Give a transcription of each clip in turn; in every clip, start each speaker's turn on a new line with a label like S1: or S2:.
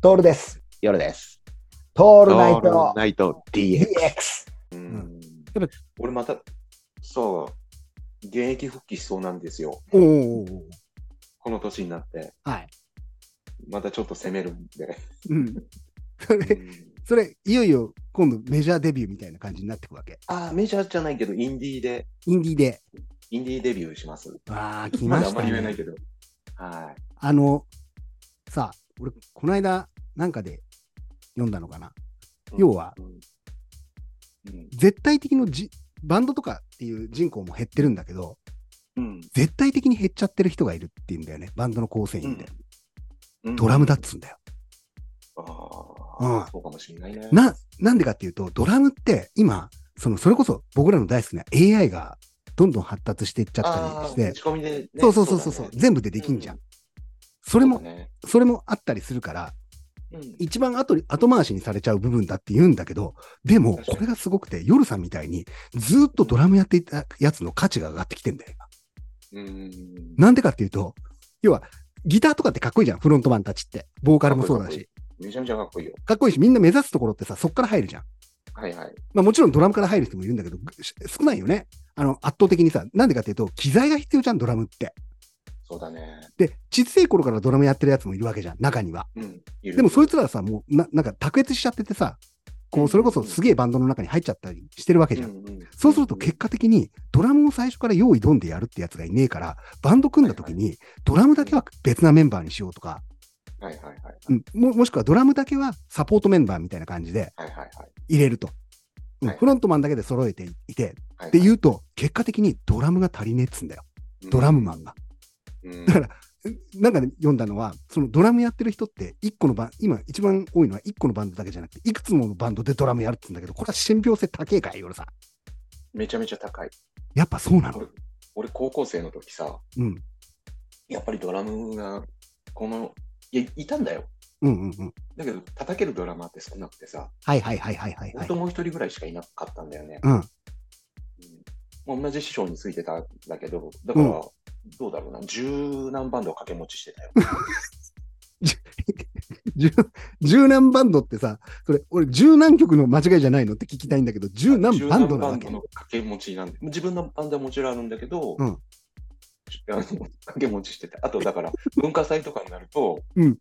S1: トールです。
S2: 夜です。
S1: ト
S2: オ
S1: ールナイト
S2: ナイト DX。
S1: DX。
S3: うん
S4: やっぱ
S3: 俺また、そう、現役復帰しそうなんですよ。
S1: おお。
S3: この年になって。
S4: はい。
S3: またちょっと攻めるんで。
S4: うん。それ、それ、いよいよ今度メジャーデビューみたいな感じになってくわけ。
S3: ああ、メジャーじゃないけど、インディーで、
S4: インディーで。
S3: インディーデビューします。
S4: ああ、来
S3: ま
S4: ま
S3: だあ
S4: し
S3: んま
S4: た、
S3: り言えない
S4: ね。
S3: けど。はい。
S4: あの、さあ、俺、この間、なんかで読んだのかな。要は、
S3: うんうん
S4: 絶対的のじバンドとかっていう人口も減ってるんだけど、
S3: うん
S4: 絶対的に減っちゃってる人がいるっていうんだよね。バンドの構成員で。
S3: うん
S4: ドラムだっつうんだよ。
S3: あ
S4: うん
S3: あ、そうかもしれないね。
S4: な、なんでかっていうと、ドラムって今、その、それこそ僕らの大好きな AI がどんどん発達していっちゃった
S3: あ
S4: り
S3: ー
S4: し
S3: 打
S4: て、
S3: ち込みでね。
S4: そうそうそうそう、
S3: だね
S4: 全部でできんじゃん。
S3: う
S4: それも
S3: そう、だね
S4: それもあったりするから、
S3: うん
S4: 一番後に後回しにされちゃう部分だって言うんだけど、でも、
S3: 確かに
S4: これがすごくて、夜さんみたいに、ずーっとドラムやっていたやつの価値が上がってきてんだよ、今
S3: うん
S4: なんでかっていうと、要は、ギターとかってかっこいいじゃん、フロントマンたちって。ボーカルもそうだし。
S3: めちゃめちゃかっこいいよ。
S4: かっこいいし、みんな目指すところってさ、そっから入るじゃん。
S3: はいはい。
S4: まあもちろんドラムから入る人もいるんだけど、し少ないよね。あの、圧倒的にさ、なんでかっていうと、機材が必要じゃん、ドラムって。
S3: そうだね。
S4: で、小さい頃からドラムやってるやつもいるわけじゃん、中には。
S3: うん。
S4: でもそ
S3: れ
S4: いつらはさ、もうな、なんか卓越しちゃっててさ、こ
S3: う
S4: う、
S3: ん
S4: それこそすげえバンドの中に入っちゃったりしてるわけじゃん。
S3: ん
S4: そうすると結果的にドラムを最初から用意どんでやるってやつがいねえから、バンド組んだ時にドラムだけは別なメンバーにしようとか、
S3: はいはいはい。
S4: うん、ももしくはドラムだけはサポートメンバーみたいな感じで
S3: はいはいはい。
S4: 入れると。うん
S3: はい
S4: フロントマンだけで揃えていて、
S3: はい
S4: って言うと、結果的にドラムが足りねえっつんだよ。ドラムマンが。
S3: うん。
S4: だから、なんか、ね、読んだのは、そのドラムやってる人って、一個のバン今一番多いのは一個のバンドだけじゃなくて、いくつものバンドでドラムやるって言うんだけど、これは信憑性高えかい、俺さん。
S3: めちゃめちゃ高い。
S4: やっぱそうなの。
S3: 俺、高校生の時さ、
S4: うん。
S3: やっぱりドラムが、この、いや、いたんだよ。
S4: うんうんうん。
S3: だけど、叩けるドラマーって少なくてさ、
S4: はいはいはいはいはい、
S3: ほ
S4: は
S3: ん
S4: い
S3: と。もう一人ぐらいしかいなかったんだよね。
S4: うん。
S3: うん同じ師匠についてたんだけど、だから、
S4: うん
S3: どうだろうな、十何バンドを掛け持ちしてたよ。
S4: 十十何バンドってさ、それ、俺、十何曲の間違いじゃないのって聞きたいんだけど、十何バンドなわ
S3: 十何バン
S4: け
S3: ド。の掛け持ちなんで、自分のバンドはもちろんあるんだけど、
S4: うん
S3: あの掛け持ちしてて、あとだから、文化祭とかになると、
S4: うん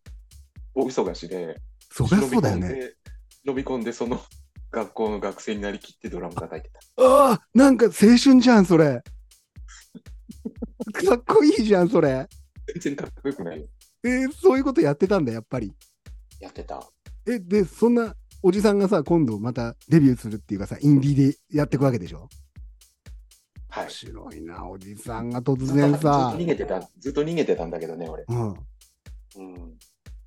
S3: 大忙しで、
S4: そりゃそうだよね。
S3: 飛び込んで、飛び込んでその 学校の学生になりきってドラム叩いてた。
S4: ああ、なんか青春じゃん、それ。 かっこいいじゃん、それ。
S3: 全然かっこよくないよ。
S4: えーそういうことやってたんだ、やっぱり。
S3: やってた。
S4: え、で、そんなおじさんがさ、今度またデビューするっていうかさ、インディーでやっていくわけでしょ
S3: はい
S4: 面。白いな、おじさんが突
S3: ずっ
S4: 然
S3: と
S4: さ。
S3: 逃げてた、ずっと逃げてたんだけどね、俺。
S4: うん。
S3: うん。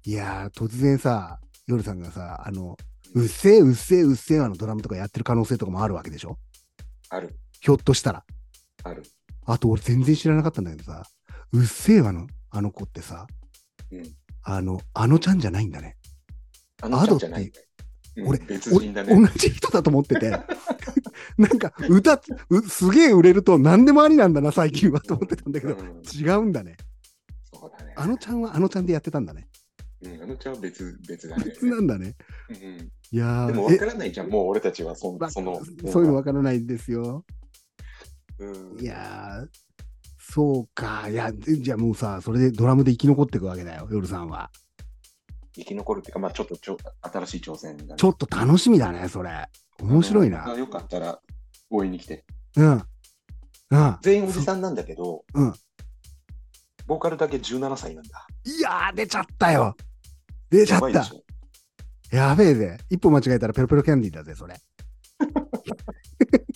S4: いやー、突然さ、夜さんがさ、あの、うっせえ、うっせえ、うっせえわのドラムとかやってる可能性とかもあるわけでしょ
S3: ある、
S4: ひょっとしたら。
S3: ある。
S4: あと俺全然知らなかったんだけどさ、うっせえわのあの子ってさ、
S3: うん
S4: あの、あのちゃんじゃないんだね。
S3: あの人じゃないんだよ。うん
S4: 俺
S3: 別人だね。
S4: お同じ人だと思ってて。 なんか歌う、すげえ売れると何でもありなんだな、最近はと思ってたんだけど、
S3: うん
S4: 違うんだね。
S3: そうだね。
S4: あのちゃんはあのちゃんでやってたんだ ね。
S3: うん、あのちゃんは別、別だね。
S4: 別なんだね。
S3: うん
S4: いや
S3: でも
S4: ー、
S3: 分からないじゃん、もう俺たちはそ
S4: わ
S3: その。
S4: そういうのわからないですよ。
S3: うん
S4: いやー、そうか。いや、でじゃあもうさ、それでドラムで生き残っていくわけだよ、夜さんは。
S3: 生き残るっていうか、まあちょっとちょ新しい挑戦だね
S4: ちょっと楽しみだね、それ。面白い
S3: あの
S4: な。
S3: よかったら、応援に来て。
S4: うん。うん。
S3: 全員おじさんなんだけど、
S4: うん
S3: ボーカルだけ17歳なんだ。
S4: いやー、出ちゃったよ。出ちゃ
S3: や
S4: っ
S3: ばいで
S4: た
S3: し。ょ。
S4: やべえぜ。一歩間違えたらペロペロキャンディーだぜ、それ。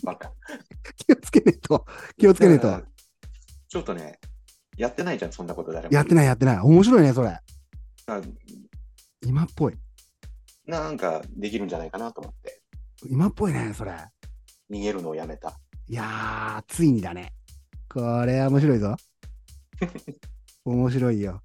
S3: バカ。
S4: 気をつけねえと。気をつけねえと。。
S3: ちょっとね、やってないじゃん、そんなこと誰も。
S4: やってない、やってない。面白いね、それ。
S3: な
S4: 今っぽい。
S3: なんかできるんじゃないかなと思って、
S4: 今っぽいね、それ。
S3: 逃げるのをやめた。
S4: いやー、ついにだね。これは面白いぞ。面白いよ。